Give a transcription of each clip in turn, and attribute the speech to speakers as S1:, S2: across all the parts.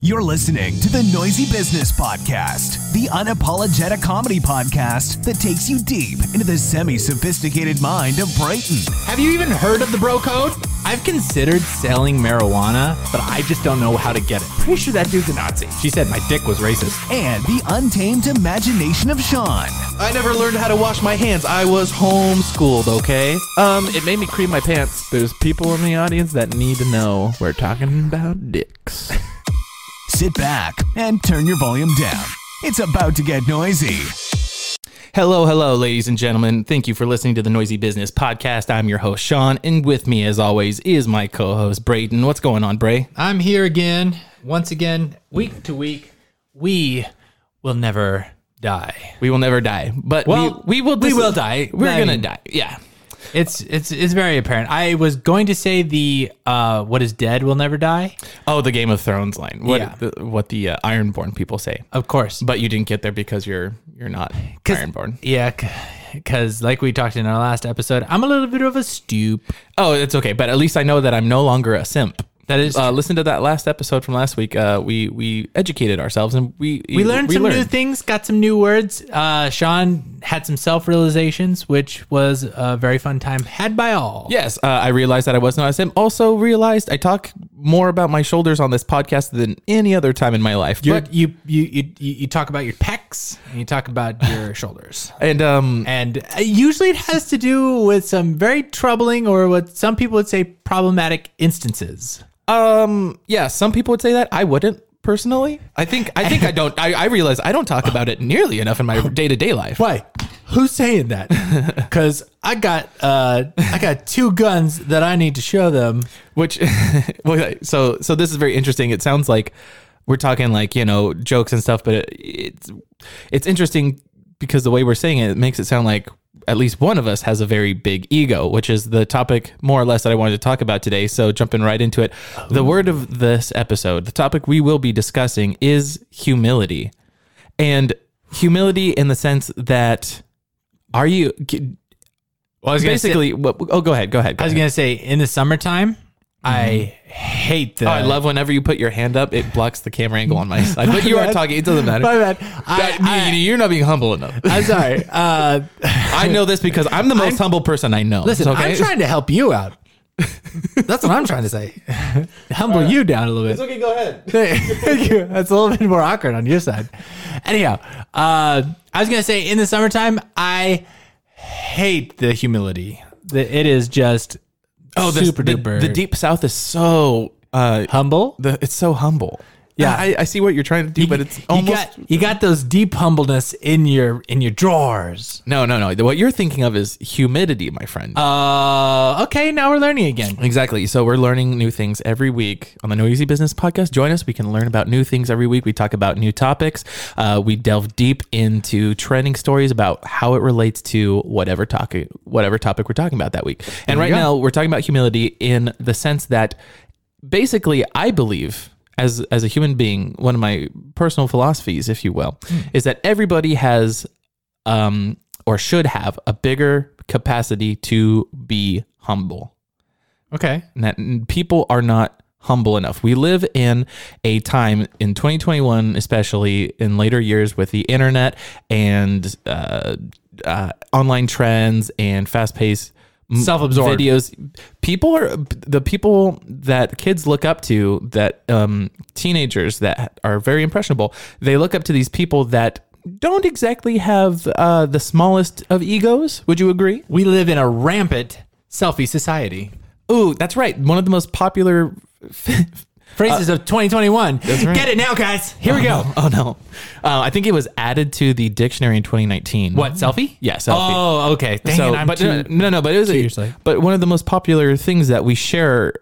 S1: You're listening to the Noisy Business Podcast, the unapologetic comedy podcast that takes you deep into the semi sophisticated mind of Brighton.
S2: Have you even heard of the bro code? I've considered selling marijuana, but I just don't know how to get it. Pretty sure that dude's a Nazi. She said my dick was racist.
S1: and the untamed imagination of Sean.
S3: I never learned how to wash my hands. I was homeschooled, okay? Um, it made me cream my pants. There's people in the audience that need to know. We're talking about dicks.
S1: Sit back and turn your volume down. It's about to get noisy.
S3: Hello, hello, ladies and gentlemen. Thank you for listening to the Noisy Business Podcast. I'm your host, Sean, and with me, as always, is my co host, Brayden. What's going on, Bray?
S2: I'm here again, once again, week to week. We will never die.
S3: We will never die, but
S2: Well,
S3: we, we will
S2: we will die.
S3: We're
S2: I
S3: going to
S2: mean-
S3: die. Yeah.
S2: It's it's it's very apparent. I was going to say the uh, what is dead will never die.
S3: Oh, the Game of Thrones line. What
S2: Yeah.
S3: the, what the uh, Ironborn people say.
S2: Of course,
S3: But you didn't get there because you're you're not Ironborn.
S2: yeah, because like we talked in our last episode, I'm a little bit of a stoop.
S3: Oh, it's okay. But at least I know that I'm no longer a simp.
S2: That is
S3: Uh, listen to that last episode from last week. Uh, we we educated ourselves and we
S2: we learned some new things, got some new words. Uh, Sean had some self realizations, which was a very fun time had by all.
S3: Yes, uh, I realized that I was not a simp. Also realized I talk more about my shoulders on this podcast than any other time in my life.
S2: You're-
S3: But-
S2: you you you you you talk about your pecs and you talk about your shoulders,
S3: and um,
S2: and uh, usually it has to do with some very troubling or what some people would say problematic instances.
S3: um, yeah, some people would say that I wouldn't personally. I think I think I don't. I, I realize I don't talk about it nearly enough in my day to day life.
S2: Why? Who's saying that? Because I got uh, I got two guns that I need to show them.
S3: which well, so so this is very interesting it sounds like we're talking like you know jokes and stuff but it, it's it's interesting because the way we're saying it, it makes it sound like at least one of us has a very big ego which is the topic more or less that i wanted to talk about today so jumping right into it the word of this episode the topic we will be discussing is humility and humility in the sense that are you
S2: Well, I was
S3: basically what oh go ahead go ahead go
S2: I was
S3: ahead.
S2: gonna say in the summertime, I hate the.
S3: Oh, I love whenever you put your hand up, it blocks the camera angle on my side. But you are
S2: bad.
S3: talking, it doesn't matter.
S2: My bad.
S3: That-
S2: I,
S3: you, are not being humble enough.
S2: I, am sorry. Uh,
S3: I know this because I'm the most humble person I know.
S2: listen,
S3: okay?
S2: I'm trying to help you out. That's what I'm trying to say. Humble you down a little bit.
S3: okay, go ahead.
S2: Thank you. That's a little bit more awkward on your side. Anyhow, uh, I was gonna say in the summertime, I hate the humility. The, it is just
S3: Oh, the,
S2: super
S3: the,
S2: duper
S3: the deep south is so uh,
S2: humble.
S3: the it's so humble.
S2: Yeah.
S3: I, I see what you're trying to do, but it's
S2: you
S3: almost
S2: got, you got those deep humbleness in your in your drawers.
S3: no, no, no. What you're thinking of is humidity, my friend.
S2: Uh, okay, now we're learning again.
S3: Exactly. So we're learning new things every week on the Noisy Business Podcast. Join us. We can learn about new things every week. We talk about new topics. Uh, we delve deep into trending stories about how it relates to whatever topic, whatever topic we're talking about that week. And right now, we're talking about humility in the sense that basically, I believe as as a human being, one of my personal philosophies, if you will, is that everybody has um, or should have a bigger capacity to be humble
S2: Okay.
S3: and that n- people are not humble enough. We live in a time in 2021, especially in later years with the internet and uh, uh, online trends and fast paced
S2: Self-absorbed.
S3: videos. People are the people that kids look up to, that um, teenagers that are very impressionable. They look up to these people that don't exactly have uh, the smallest of egos. Would you agree?
S2: We live in a rampant selfie society.
S3: Ooh, that's right. One of the most popular
S2: Phrases of 2021.
S3: Uh, right.
S2: Get it now, guys. Here we go.
S3: Oh no! Uh, I think it was added to the dictionary in 2019.
S2: What selfie?
S3: Yeah, selfie.
S2: Oh, okay. uh, Dang
S3: so,
S2: it, I'm
S3: but
S2: too-
S3: no, no, but it was
S2: years late.
S3: but one of the most popular things that we share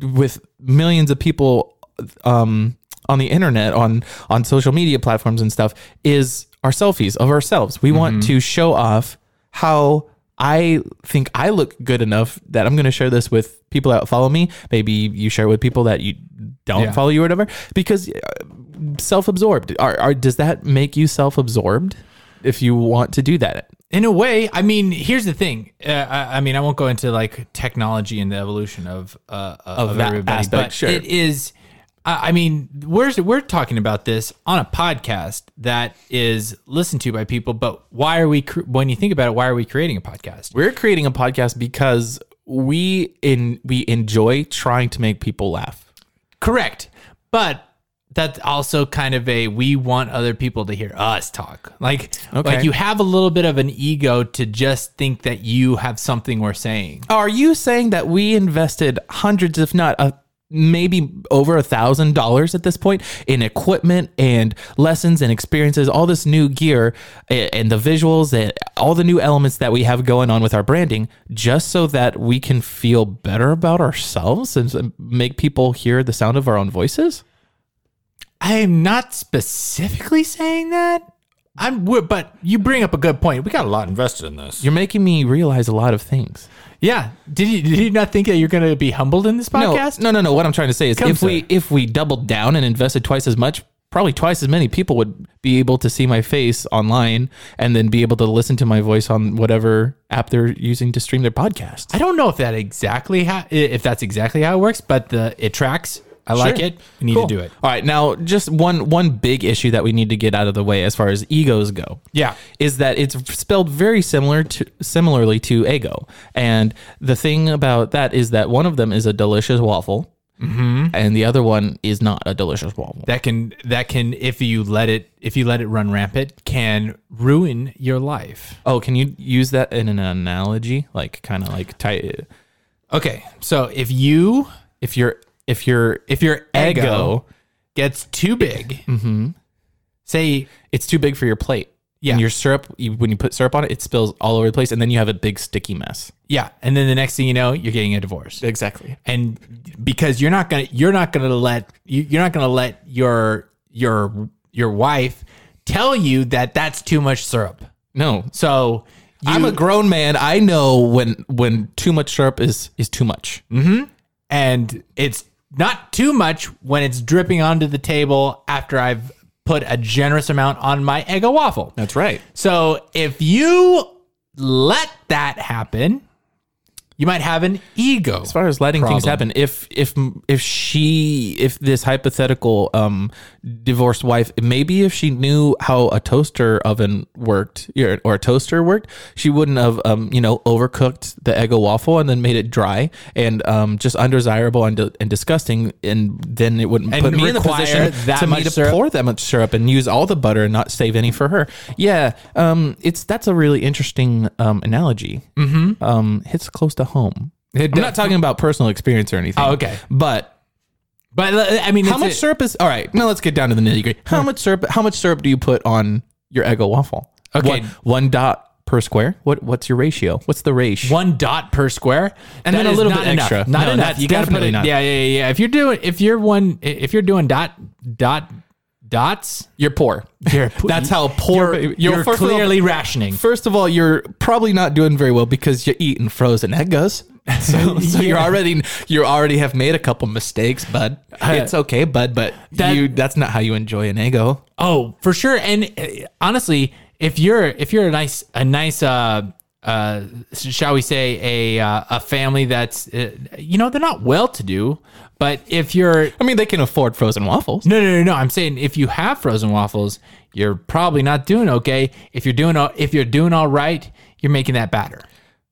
S3: with millions of people um, on the internet, on on social media platforms and stuff, is our selfies of ourselves. We
S2: Mm-hmm.
S3: want to show off how I think I look good enough that I'm going to share this with people that follow me. Maybe you share it with people that you don't
S2: Yeah.
S3: follow you or whatever, because uh, self-absorbed. Are, are does that make you self-absorbed? If you want to do that,
S2: in a way, I mean, here's the thing. Uh, I, I mean, I won't go into like technology and the evolution of uh, of,
S3: that
S2: everybody,
S3: aspect,
S2: but
S3: sure.
S2: it is I I mean, we're we're talking about this on a podcast that is listened to by people, but why are we? cr- When you think about it, why are we creating a podcast?
S3: We're creating a podcast because we in we enjoy trying to make people laugh.
S2: Correct, but that's also kind of a we want other people to hear us talk. Like, like you have a little bit of an ego to just think that you have something worth saying.
S3: Are you saying that we invested hundreds, if not a maybe over a thousand dollars at this point in equipment and lessons and experiences, all this new gear a- and the visuals and all the new elements that we have going on with our branding, just so that we can feel better about ourselves and s- make people hear the sound of our own voices?
S2: I'm not specifically saying that. I'm, we're- but you bring up a good point. We got a lot invested in this.
S3: You're making me realize a lot of things.
S2: Yeah. Did you did you not think that you're going to be humbled in this podcast?
S3: No, no, no, no. What I'm trying to say is,
S2: Come,
S3: if we
S2: sir.
S3: if we doubled down and invested twice as much, probably twice as many people would be able to see my face online and then be able to listen to my voice on whatever app they're using to stream their podcast.
S2: I don't know if that exactly how if that's exactly how it works, but the it tracks. I like
S3: Sure.
S2: it. We need
S3: Cool.
S2: to do it.
S3: All right, now just one one big issue that we need to get out of the way as far as egos go.
S2: Yeah.
S3: is that it's spelled very similar to similarly to ego, and the thing about that is that one of them is a delicious waffle,
S2: Mm-hmm.
S3: and the other one is not a delicious waffle.
S2: That can that can if you let it if you let it run rampant can ruin your life.
S3: Oh, can you use that in an analogy? Like kind of like tight.
S2: Okay, so if you
S3: If your if your
S2: if your ego,
S3: ego, Mm-hmm.
S2: gets too big, say
S3: it's too big for your plate.
S2: Yeah.
S3: And your syrup, you, when you put syrup on it, it spills all over the place, and then you have a big sticky mess.
S2: yeah, and then the next thing you know, you're getting a divorce.
S3: Exactly.
S2: and because you're not gonna you're not gonna let you, you're not gonna let your your your wife tell you that that's too much syrup
S3: No,
S2: so you,
S3: I'm a grown man. I know when when too much syrup is is too much.
S2: and it's not too much when it's dripping onto the table after i've put a generous amount on my egg waffle
S3: That's right.
S2: so if you let that happen you might have an ego
S3: As far as letting things
S2: Problem.
S3: happen, if if if she if this hypothetical um divorced wife, maybe if she knew how a toaster oven worked or or a toaster worked, she wouldn't have um you know overcooked the Eggo waffle and then made it dry and um just undesirable and, and disgusting, and then it wouldn't
S2: And
S3: put me in the
S2: require
S3: position
S2: that
S3: to me
S2: much
S3: to
S2: syrup?
S3: pour that much syrup and use all the butter and not save any for her. Yeah, um, it's that's a really interesting um analogy. Mm-hmm. Um, hits close to home. I'm not talking about personal experience or anything.
S2: Oh, okay.
S3: But
S2: but uh, i mean
S3: how
S2: it's
S3: much
S2: a-
S3: syrup is all right? Now let's get down to the nitty gritty. How much syrup? How much syrup do you put on your Eggo waffle?
S2: Okay.
S3: one, one dot per square. What what's your ratio? What's the ratio?
S2: one dot per square,
S3: And
S2: That
S3: then a
S2: is
S3: little
S2: not
S3: bit
S2: enough.
S3: extra.
S2: Not
S3: No,
S2: enough.
S3: that's
S2: You gotta put
S3: definitely
S2: it.
S3: not.
S2: Yeah, yeah, yeah. If you're doing, if you're one, if you're doing dot dot dots,
S3: You're poor.
S2: You're-
S3: that's how poor.
S2: you're,
S3: you're
S2: you're
S3: first of all-
S2: clearly rationing.
S3: First of all, you're probably not doing very well because you're eating frozen Eggos. So, so you're already you already have made a couple mistakes, bud. It's okay, bud, but
S2: Uh, That-
S3: you that's not how you enjoy an Eggo.
S2: Oh, for sure. And uh, honestly, if you're if you're a nice a nice uh uh shall we say a uh, a family that's uh, you know they're not well to do, but if you're
S3: I mean, they can afford frozen waffles.
S2: No, no, no, no. I'm saying if you have frozen waffles, you're probably not doing okay. If you're doing all, if you're doing all right, you're making that batter.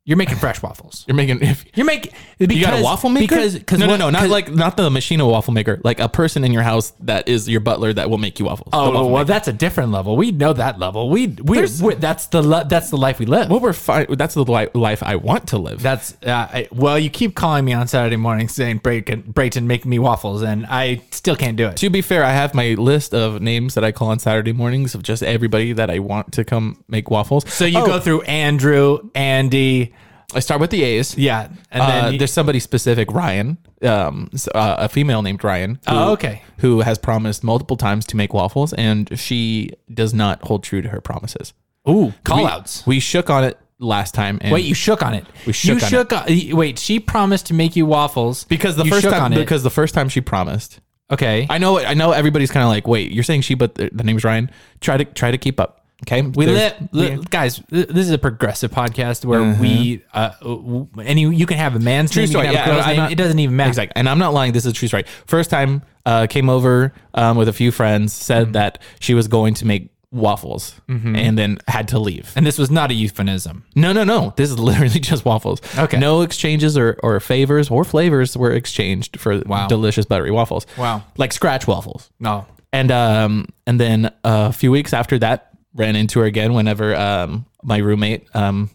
S2: You're making fresh waffles.
S3: You're making if
S2: You're making because,
S3: you got a waffle maker.
S2: because because
S3: no, no,
S2: what-
S3: no, not
S2: 'cause-
S3: like not the machine waffle maker, like a person in your house that is your butler that will make you waffles. The
S2: oh
S3: waffle
S2: well,
S3: maker.
S2: that's a different level. We know that level. We we,
S3: There's-
S2: we that's the le- that's the life we live.
S3: well, we're fine. That's the li- life I want to live.
S2: that's uh, I, well, you keep calling me on Saturday morning saying Brayton, Brayton, make me waffles, and I still can't do it.
S3: to be fair, I have my list of names that I call on Saturday mornings of just everybody that I want to come make waffles.
S2: So you
S3: Oh,
S2: go through Andrew, Andy,
S3: I start with the A's.
S2: yeah, and
S3: uh,
S2: then you-
S3: there's somebody specific, Ryan, um, s- uh, a female named Ryan. Who,
S2: Oh, okay.
S3: Who has promised multiple times to make waffles, and she does not hold true to her promises.
S2: ooh
S3: We-
S2: call outs.
S3: We, shook on it last time. And
S2: Wait, you shook on it.
S3: We shook
S2: you
S3: on
S2: shook on- wait, she promised to make you waffles
S3: because the
S2: You
S3: first
S2: shook
S3: time
S2: on it.
S3: because the first time she promised.
S2: okay,
S3: I know. I know. Everybody's kind of like, wait, you're saying she, but the, the name's Ryan. Try to try to keep up. Okay.
S2: We
S3: There's-
S2: live, guys. th- This is a progressive podcast where we, uh, w- and you, you can have a man's
S3: Mm-hmm. True
S2: name,
S3: story.
S2: you can have
S3: Yeah,
S2: a girl's
S3: I'm
S2: name.
S3: not-
S2: it doesn't even matter.
S3: Exactly. And I'm not lying. This is a true story. First time uh, came over um, with a few friends, said
S2: Mm-hmm.
S3: that she was going to make waffles and then had to leave.
S2: And this was not a euphemism.
S3: No, no, no. This is literally just waffles.
S2: Okay.
S3: No exchanges or, or favors or flavors were exchanged for delicious buttery waffles.
S2: Wow.
S3: Like scratch waffles.
S2: No.
S3: And um and then a few weeks after that, ran into her again whenever um my roommate um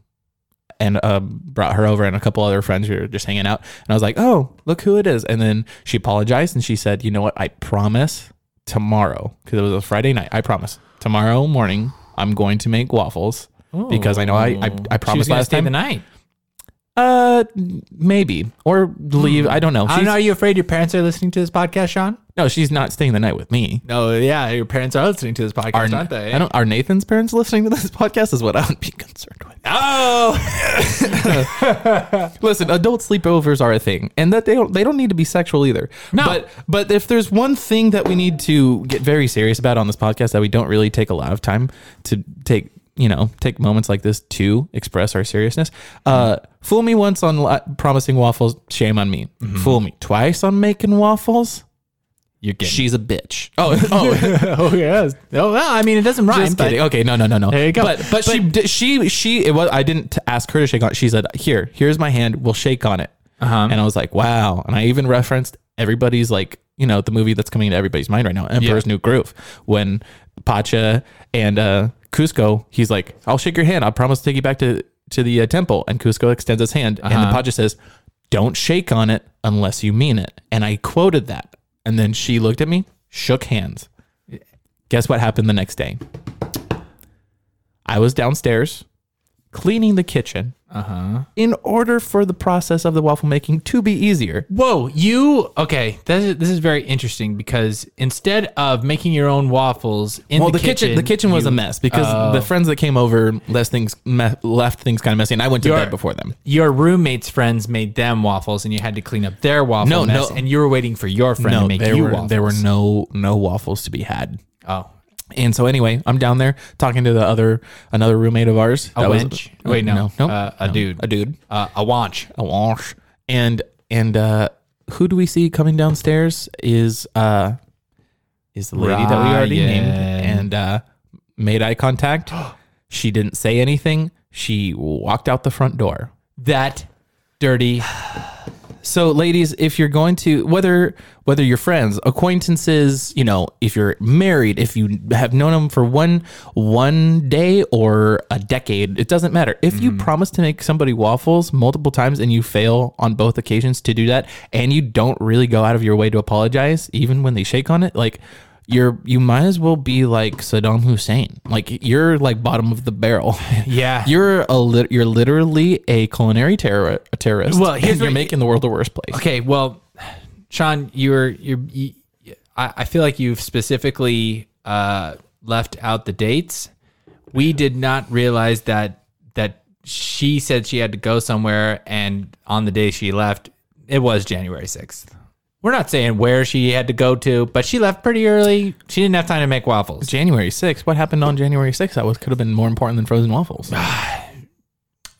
S3: and uh, brought her over and a couple other friends who were just hanging out. And I was like, oh, look who it is. And then she apologized and she said, you know what? I promise tomorrow, because it was a Friday night. I promise tomorrow morning, I'm going to make waffles because I know I, I, I
S2: She was
S3: promised
S2: gonna
S3: last
S2: stay
S3: time.
S2: the night.
S3: Uh, maybe or leave. I don't know.
S2: Hmm. I
S3: She's-
S2: don't know. Are you afraid your parents are listening to this podcast, Sean?
S3: No, she's not staying the night with me.
S2: No. Yeah, your parents are listening to this podcast,
S3: Are, I don't, are Nathan's parents listening to this podcast? Is what I would be concerned with.
S2: oh,
S3: Listen, adult sleepovers are a thing, and that they don't they don't need to be sexual either.
S2: No.
S3: but but if there's one thing that we need to get very serious about on this podcast that we don't really take a lot of time to take you know take moments like this to express our seriousness. Uh, fool me once on li- promising waffles, shame on me. Fool me twice on making waffles,
S2: you're kidding.
S3: she's a bitch. Oh oh.
S2: oh yes. Oh well, I mean, it doesn't rhyme.
S3: Just
S2: but-
S3: kidding. Okay, no, no, no, no.
S2: There you go.
S3: But but, she di- she she it was. I didn't t- ask her to shake on. it. She said, "Here, here's my hand. We'll shake on it."
S2: Uh-huh.
S3: And I was like, "Wow!" And I even referenced everybody's like, you know, the movie that's coming to everybody's mind right now, Emperor's New Groove, when Pacha and uh, Cusco, he's like, "I'll shake your hand. I promise to take you back to to the uh, temple." And Cusco extends his hand, and the
S2: Uh-huh.
S3: Pacha says, "Don't shake on it unless you mean it." And I quoted that, and then she looked at me, shook hands. Guess what happened the next day? I was downstairs cleaning the kitchen
S2: Uh-huh.
S3: in order for the process of the waffle making to be easier.
S2: Whoa, you okay? This is, this is very interesting because instead of making your own waffles in
S3: Well,
S2: the,
S3: the, kitchen, the kitchen was
S2: you- oh.
S3: a mess because the friends that came over left things me- left things kind of messy, and I went to
S2: Your-
S3: bed before them.
S2: Your roommate's friends made them waffles, and you had to clean up their waffle
S3: No,
S2: mess,
S3: no.
S2: and you were waiting for your friend to
S3: No,
S2: make
S3: there
S2: you
S3: were
S2: waffles.
S3: there were no no waffles to be had.
S2: oh,
S3: And so anyway, I'm down there talking to the other another roommate of ours.
S2: a
S3: that was-
S2: wench. Wait, no,
S3: no,
S2: uh, a
S3: no,
S2: dude,
S3: a dude.
S2: uh, a wanch.
S3: a wash. And and uh who do we see coming downstairs is uh is the lady that we already named
S2: Ryan.
S3: and uh made eye contact. she didn't say anything. She walked out the front door.
S2: That dirty.
S3: So ladies, if you're going to whether whether you're friends, acquaintances, you know, if you're married, if you have known them for one one day or a decade, it doesn't matter. If
S2: Mm-hmm.
S3: you promise to make somebody waffles multiple times and you fail on both occasions to do that and you don't really go out of your way to apologize even when they shake on it, like you're you might as well be like Saddam Hussein. Like you're like bottom of the barrel.
S2: Yeah.
S3: You're a lit you're literally a culinary terror- a terrorist.
S2: Well, here's
S3: and you're
S2: what-
S3: making the world a worse place.
S2: Okay, well, Sean, you're you're. You, I, I feel like you've specifically uh, left out the dates. We did not realize that that she said she had to go somewhere, and on the day she left, it was January sixth. We're not saying where she had to go to, but she left pretty early. She didn't have time to make waffles.
S3: January 6th. What happened on January 6th? That was could have been more important than frozen waffles.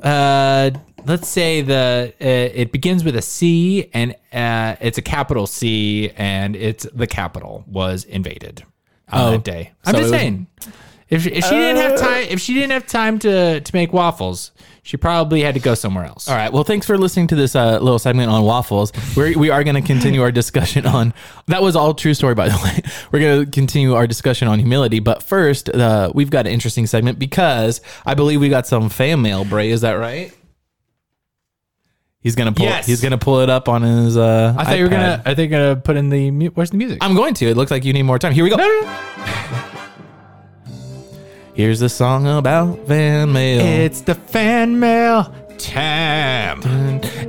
S2: Uh, let's say the uh, it begins with a C, and uh, it's a capital C, and it's the capital was invaded on that day. Oh. I'm
S3: So
S2: just
S3: it was-
S2: saying, if, if she didn't have time, if she didn't have time to to make waffles, she probably had to go somewhere else.
S3: All right. Well, thanks for listening to this uh, little segment on waffles. We're, we are going to continue our discussion on that was all true story, by the way. We're going to continue our discussion on humility. But first, uh, we've got an interesting segment because I believe we got some fan mail, Bray. Is that right? He's gonna pull.
S2: Yes.
S3: He's gonna pull it up on his. Uh,
S2: I thought you were gonna. I think gonna put in the mu- where's the music?
S3: I'm going to. It looks like you need more time. Here we go. Here's the song about fan mail.
S2: It's the fan mail time.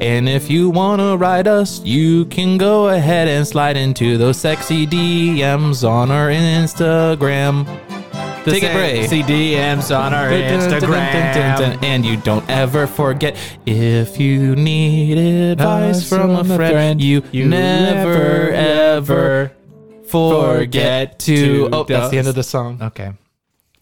S3: And if you want to write us, you can go ahead and slide into those sexy DMs on our Instagram. Take a break.
S2: CDMs on our Instagram.
S3: And you don't ever forget if you need advice from a friend, you, never ever forget to.
S2: to-
S3: Oh, that's the end of the song.
S2: Okay.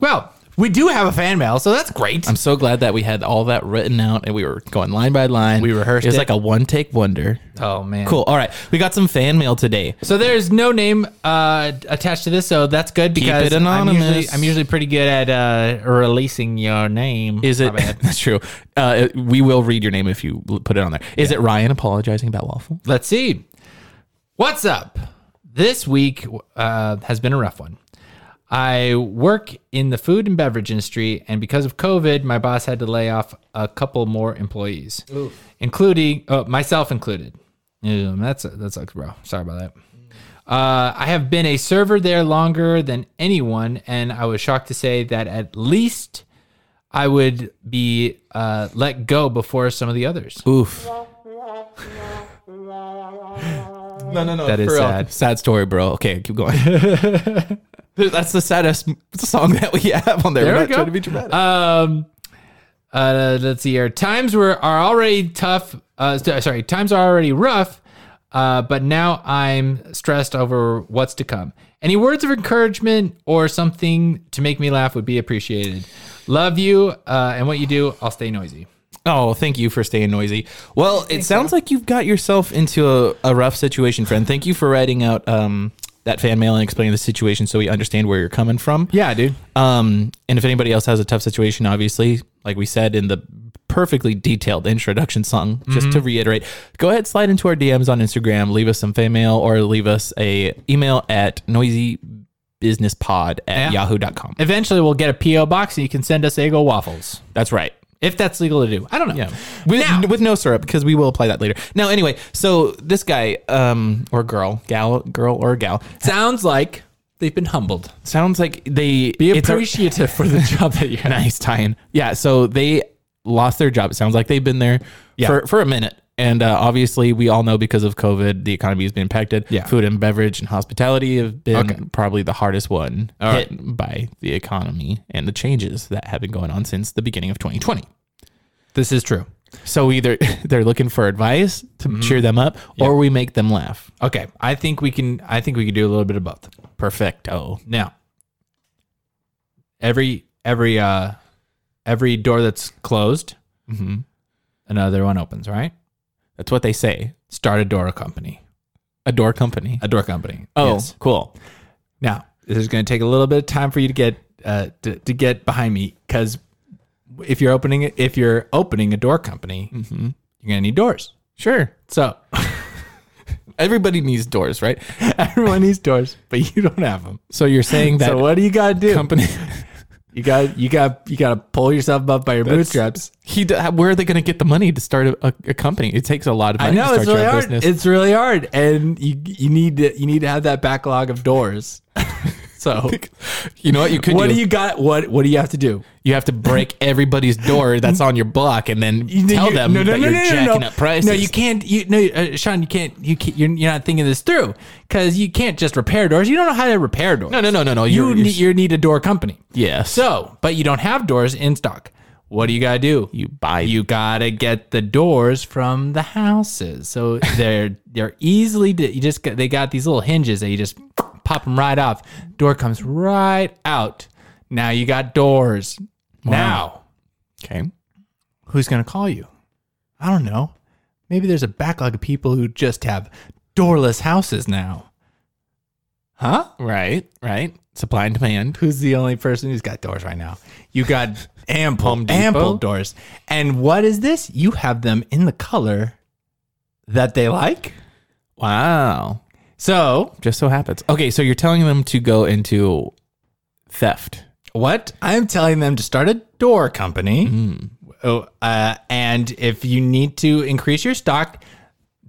S2: Well, We do have a fan mail, so that's great.
S3: I'm so glad that we had all that written out and we were going line by line.
S2: We rehearsed
S3: It was
S2: it.
S3: like a one take wonder.
S2: oh man,
S3: Cool. All right, we got some fan mail today.
S2: So there's no name uh, attached to this, so that's good because
S3: it
S2: I'm usually,
S3: anonymous.
S2: I'm usually pretty good at uh, releasing your name.
S3: Is it?
S2: My bad.
S3: That's true. Uh, it- we will read your name if you l- put it on there. Is it Ryan apologizing about waffle?
S2: Let's see. What's up? This week uh, has been a rough one. I work in the food and beverage industry, and because of COVID, my boss had to lay off a couple more employees, including uh, myself included. Yeah, that's that sucks, bro. Sorry about that. Uh, I have been a server there longer than anyone, and I was shocked to say that at least I would be uh, let go before some of the others.
S3: Oof. No, no, no.
S2: That is
S3: for real.
S2: sad.
S3: Sad story, bro. Okay, keep going. That's the saddest song that we have on there.
S2: There
S3: We're
S2: we
S3: not
S2: go.
S3: trying to be dramatic.
S2: Um, uh, let's see here. Times were are already tough. Uh, st- sorry, times are already rough. Uh, but now I'm stressed over what's to come. Any words of encouragement or something to make me laugh would be appreciated. Love you uh, and what you do. I'll stay noisy.
S3: Oh, thank you for staying noisy. Well, it sounds like you've got yourself into a, a rough situation, friend. Thank you for writing out um, that fan mail and explaining the situation so we understand where you're coming from.
S2: Yeah, dude.
S3: Um, and if anybody else has a tough situation, obviously, like we said in the perfectly detailed introduction song, just to
S2: Mm-hmm.
S3: reiterate, go ahead, slide into our DMs on Instagram, leave us some fan mail, or leave us a email at noisybusinesspod at
S2: Yeah.
S3: yahoo.com.
S2: Eventually, we'll get a PO box and you can send us Eggo waffles
S3: That's right.
S2: if that's legal to do. I don't know.
S3: Yeah. With, with no syrup because we will apply that later. Now, anyway, so this guy um, or girl, gal, girl or gal,
S2: Sounds like they've been humbled.
S3: sounds like they
S2: Be
S3: it's a-
S2: appreciative for the job that you have.
S3: nice tie-in. Yeah, so they lost their job. It sounds like they've been there
S2: Yeah.
S3: for, for a minute. And uh, obviously, we all know because of COVID, the economy has been impacted.
S2: Yeah.
S3: Food and beverage and hospitality have been
S2: Okay.
S3: probably the hardest one
S2: All
S3: hit by the economy and the changes that have been going on since the beginning of 2020.
S2: This is true.
S3: So either they're looking for advice to cheer them up, or we make them laugh.
S2: Mm-hmm. Okay, I think we can. I think we can do a little bit of both.
S3: Perfecto.
S2: Now, every every uh every door that's closed, another one opens. Right?
S3: Mm-hmm. That's what they say.
S2: Start a door company.
S3: A door company.
S2: A door company.
S3: Oh,
S2: Yes.
S3: cool.
S2: now this is going to take a little bit of time for you to get uh to, to get behind me because if you're opening it, if you're opening a door company, you're going to need doors.
S3: Mm-hmm. Sure.
S2: So
S3: Everybody needs doors, right?
S2: everyone needs doors, but you don't have them.
S3: So you're saying that
S2: so what do you got to do?
S3: company?
S2: You got you got you got to pull yourself up by your bootstraps.
S3: He d- where are they going to get the money to start a, a, a company? It takes a lot of
S2: I
S3: money
S2: know
S3: to
S2: it's
S3: start
S2: really
S3: your own
S2: hard.
S3: business.
S2: It's really hard, and you you need to you need to have that backlog of doors. so
S3: you know what you could
S2: what
S3: do?
S2: do you got? What what do you have to do?
S3: you have to break everybody's door that's on your block and then tell
S2: You-
S3: them that you're jacking
S2: no.
S3: up prices.
S2: No, you can't. You no, uh, Sean, you can't. You can't, you're, you're not thinking this through because you can't just repair doors. You don't know how to repair doors.
S3: No, no, no, no, no.
S2: You
S3: You're-
S2: need, you need a door company.
S3: Yes.
S2: So, but you don't have doors in stock. What do you gotta do?
S3: You buy-
S2: You gotta get the doors from the houses. So they're they're easily di- you just got, they got these little hinges that you just pop them right off. Door comes right out. Now you got doors. Now
S3: okay.
S2: who's gonna call you? I don't know. Maybe there's a backlog of people who just have doorless houses now. Huh?
S3: Right. Right. Supply and demand.
S2: Who's the only person who's got doors right now? You got ample,
S3: Home Depot?
S2: ample doors. And what is this? You have them in the color that they like.
S3: Wow.
S2: So
S3: Just so happens. Okay, so you're telling them to go into theft.
S2: what I'm telling them to start a door company.
S3: Hmm.
S2: Oh, uh, and if you need to increase your stock,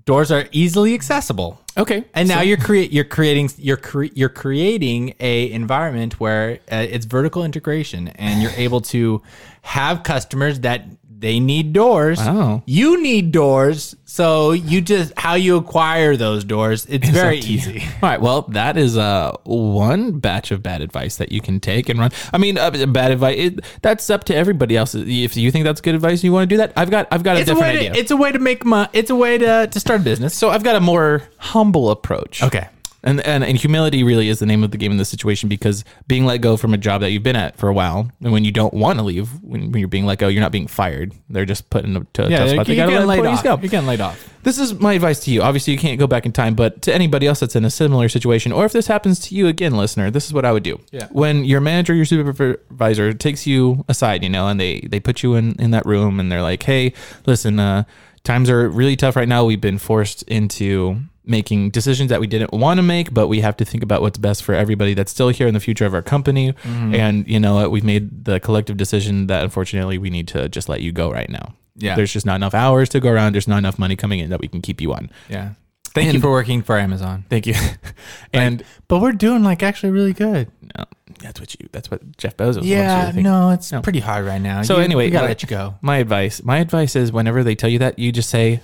S2: doors are easily accessible.
S3: Okay,
S2: And now you're create you're creating you're cre- you're creating a environment where uh, it's vertical integration, and you're able to have customers that they need doors.
S3: Wow.
S2: You need doors, so you just how you acquire those doors. It's, very
S3: up to you.
S2: easy.
S3: All right. Well, that is uh, one batch of bad advice that you can take and run. I mean, uh, bad advice. It, that's up to everybody else. If you think that's good advice, and you want to do that. I've got. I've got a
S2: It's a
S3: different
S2: way
S3: idea.
S2: to it's a way to make money. It's a way to to start a business.
S3: so I've got a more humble approach.
S2: Okay.
S3: And, and and humility really is the name of the game in this situation because being let go from a job that you've been at for a while, and when you don't want to leave, when, when you're being let go, you're not being fired. They're just put in a to a
S2: Yeah,
S3: tough
S2: you're,
S3: spot. They
S2: you're
S3: gotta
S2: getting
S3: let
S2: laid
S3: employees
S2: off.
S3: go.
S2: You're getting laid off.
S3: This is my advice to you. Obviously, you can't go back in time, but to anybody else that's in a similar situation, or if this happens to you again, listener, this is what I would do.
S2: Yeah.
S3: When your manager, your supervisor takes you aside, you know, and they they put you in in that room, and they're like, "Hey, listen, uh, times are really tough right now. We've been forced into." Making decisions that we didn't want to make, but we have to think about what's best for everybody that's still here in the future of our company.
S2: Mm-hmm.
S3: And you know what? We've made the collective decision that unfortunately we need to just let you go right now.
S2: Yeah.
S3: There's just not enough hours to go around. There's not enough money coming in that we can keep you on.
S2: Yeah. Thank you
S3: And-
S2: for working for Amazon.
S3: Thank you. and
S2: But we're doing like actually really good.
S3: no, that's what you that's what Jeff Bezos wants you to
S2: Yeah,
S3: think.
S2: no, it's pretty hard right now.
S3: So
S2: You-
S3: anyway,
S2: we gotta
S3: my-
S2: let you go.
S3: My advice, my advice is whenever they tell you that, you just say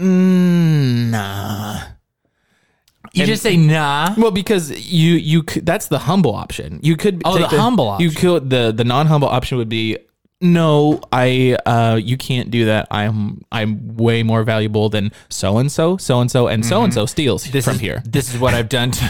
S3: "Mm, nah.
S2: You
S3: And-
S2: just say nah.
S3: Well, because you you c- that's the humble option. You could
S2: Oh,
S3: take
S2: the humble
S3: You could the the non humble option would be no, I uh you can't do that. I'm I'm way more valuable than so and so, so and so, and so and so steals
S2: Mm-hmm. This
S3: from
S2: is,
S3: here.
S2: This is what I've done.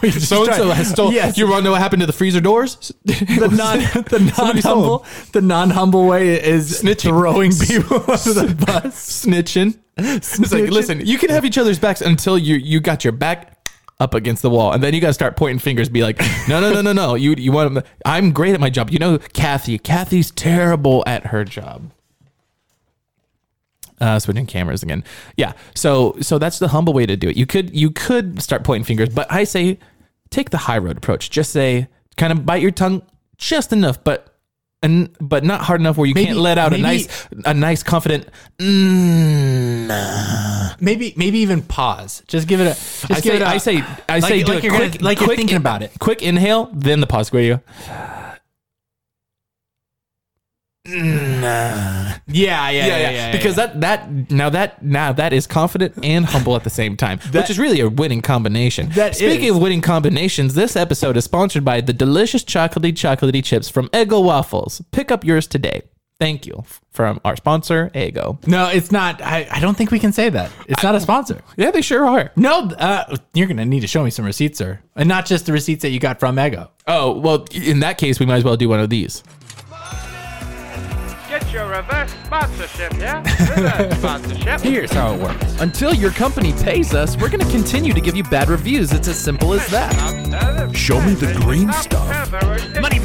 S2: To,
S3: So and so has stolen.
S2: Yes.
S3: You want to know what happened to the freezer doors?
S2: the non the non humble the non humble way is throwing people under the bus.
S3: snitching. It's like,
S2: Snitching.
S3: listen, you can have each other's backs until you you got your back up against the wall, and then you got to start pointing fingers. Be like, no, no, no, no, no. You you want? I'm great at my job. You know, Kathy. Kathy's terrible at her job. Uh, switching cameras again. Yeah. So so that's the humble way to do it. You could you could start pointing fingers, but I say take the high road approach. Just say kind of bite your tongue just enough, but. And, but not hard enough where you
S2: Maybe-
S3: can't let out
S2: maybe-
S3: a nice, a nice confident. Mm,
S2: Maybe maybe even pause. Just give it a. Just
S3: I
S2: give
S3: say,
S2: it a-
S3: I say, I
S2: like-
S3: say, do
S2: like
S3: it
S2: you're gonna-
S3: quick,
S2: like you're
S3: quick
S2: thinking
S3: in-
S2: about it.
S3: Quick inhale, then the pause where you.
S2: Yeah, yeah, yeah, yeah. yeah,
S3: because that that now that now that is confident and humble at the same time, which is really a winning combination.
S2: That
S3: Speaking
S2: is.
S3: of winning combinations, this episode is sponsored by the delicious chocolatey chocolatey chips from Eggo Waffles. Pick up yours today. Thank you f- from our sponsor Eggo.
S2: no, it's not. I, I don't think we can say that. It's not a sponsor.
S3: Yeah, they sure are.
S2: No, uh, you're gonna need to show me some receipts, sir, and not just the receipts that you got from Ego.
S3: Oh well, in that case, we might as well do one of these.
S4: Get your reverse sponsorship, yeah? Reverse sponsorship.
S2: Here's how it works.
S3: Until your company pays us, we're going to continue to give you bad reviews. It's as simple as that.
S4: Show me the green stuff. Money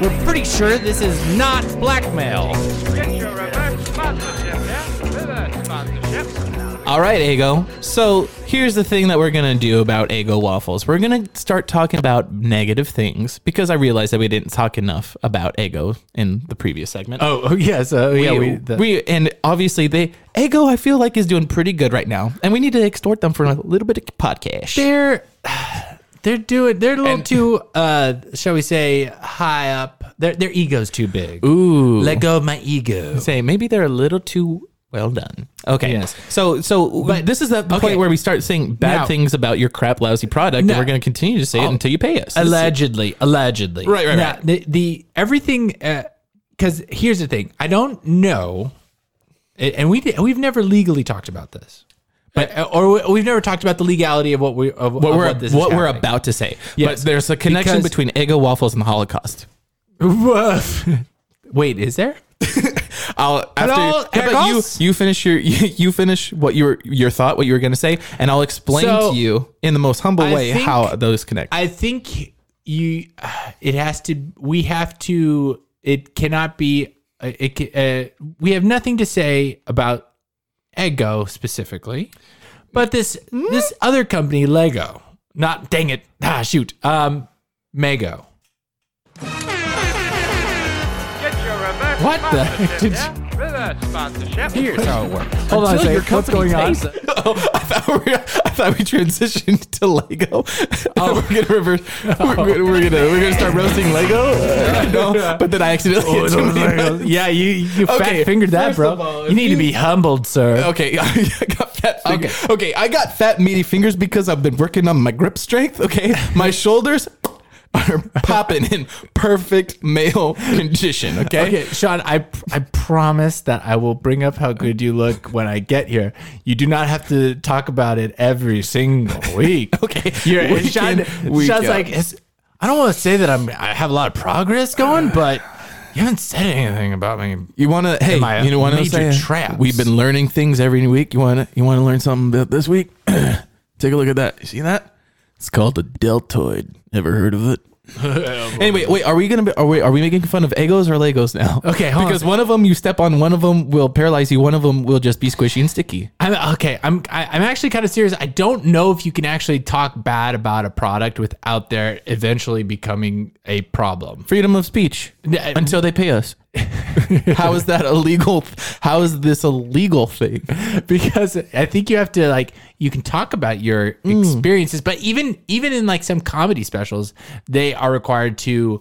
S2: We're pretty sure this is not blackmail.
S4: Get your reverse sponsorship, yeah? Reverse sponsorship.
S3: All right, Ego. So here's the thing that we're gonna do about Ego waffles. We're gonna start talking about negative things because I realized that we didn't talk enough about Ego in the previous segment.
S2: Oh, oh, yeah. So yeah,
S3: we,
S2: we, the,
S3: we- and obviously they Ego I feel like is doing pretty good right now, and we need to extort them for a little bit of podcast.
S2: they're they're doing they're a little too uh shall we say high up. Their their ego's too big.
S3: Ooh.
S2: Let go of my ego.
S3: say maybe they're a little too well done. Okay.
S2: Yes.
S3: So so but this is the
S2: okay.
S3: point where we start saying bad
S2: Now-
S3: things about your crap lousy product,
S2: No.
S3: and we're going to continue to say it until you pay us. This-
S2: allegedly allegedly
S3: Right, right,
S2: Now,
S3: right.
S2: the, the everything because here's the thing i don't know a- and we di- we've never legally talked about this but or we- we've never talked about the legality of what we of
S3: what
S2: of
S3: we're
S2: what, this is
S3: what we're
S2: happening.
S3: about to say.
S2: Yes.
S3: But there's a connection
S2: Because-
S3: between Eggo waffles and the Holocaust.
S2: wait is there
S3: I'll after
S2: Hello,
S3: how about you
S2: Eggos?
S3: you finish your you, finish what your your thought what you were going to say and I'll explain
S2: So,
S3: to you in the most humble
S2: I
S3: way
S2: think-
S3: how those connect.
S2: i think you it has to we have to it cannot be uh, it ca- uh, we have nothing to say about Ego specifically, but this this
S3: Hmm?
S2: other company, Lego, not dang it, ah shoot, um, Mego.
S4: Get your reverse
S2: What the heck
S4: sponsorship,
S2: did
S4: yeah? Reverse sponsorship.
S2: Here's how it works. Hold on a
S3: Until your
S2: second. What's
S3: company
S2: going on?
S3: pays us- Oh, I thought we, I thought we transitioned to Lego. Oh, we're gonna reverse. We're, gonna- we're gonna we're gonna start roasting Lego. Uh, Oh, no, but then I accidentally. hit too many buttons.
S2: yeah, you you
S3: Okay,
S2: fat fingered that,
S3: first
S2: bro.
S3: of all,
S2: you
S3: if
S2: need to
S3: you-
S2: be humbled, sir.
S3: Okay, I got fat. Finger. Okay, okay, I got fat meaty fingers because I've been working on my grip strength. Okay, my shoulders. are popping in perfect male condition. Okay.
S2: Okay, Sean, I I promise that I will bring up how good you look when I get here. You do not have to talk about it every single week.
S3: Okay,
S2: You're,
S3: week
S2: Sean,
S3: in, week
S2: Sean's
S3: out.
S2: like, "It's- I don't want to say that I'm I have a lot of progress going, but you haven't said anything about me.
S3: You want to? Hey,
S2: my
S3: you know what I'm
S2: major
S3: saying?
S2: traps.
S3: We've been learning things every week. You want to? You want to learn something about this week? Take a look at that. You see that? It's called the deltoid. Ever heard of it? anyway, wait. Are we gonna? Be, are we? Are we making fun of egos or Legos now?
S2: Okay, hold on.
S3: because one of them you step on, one of them will paralyze you, one of them will just be squishy and sticky.
S2: I'm okay. I'm I, I'm actually kind of serious. I don't know if you can actually talk bad about a product without there eventually becoming a problem.
S3: Freedom of speech
S2: Yeah, I-
S3: until they pay us. how is that illegal? How is this a legal thing?
S2: because I think you have to like you can talk about your experiences, but even even in like some comedy specials, they are required to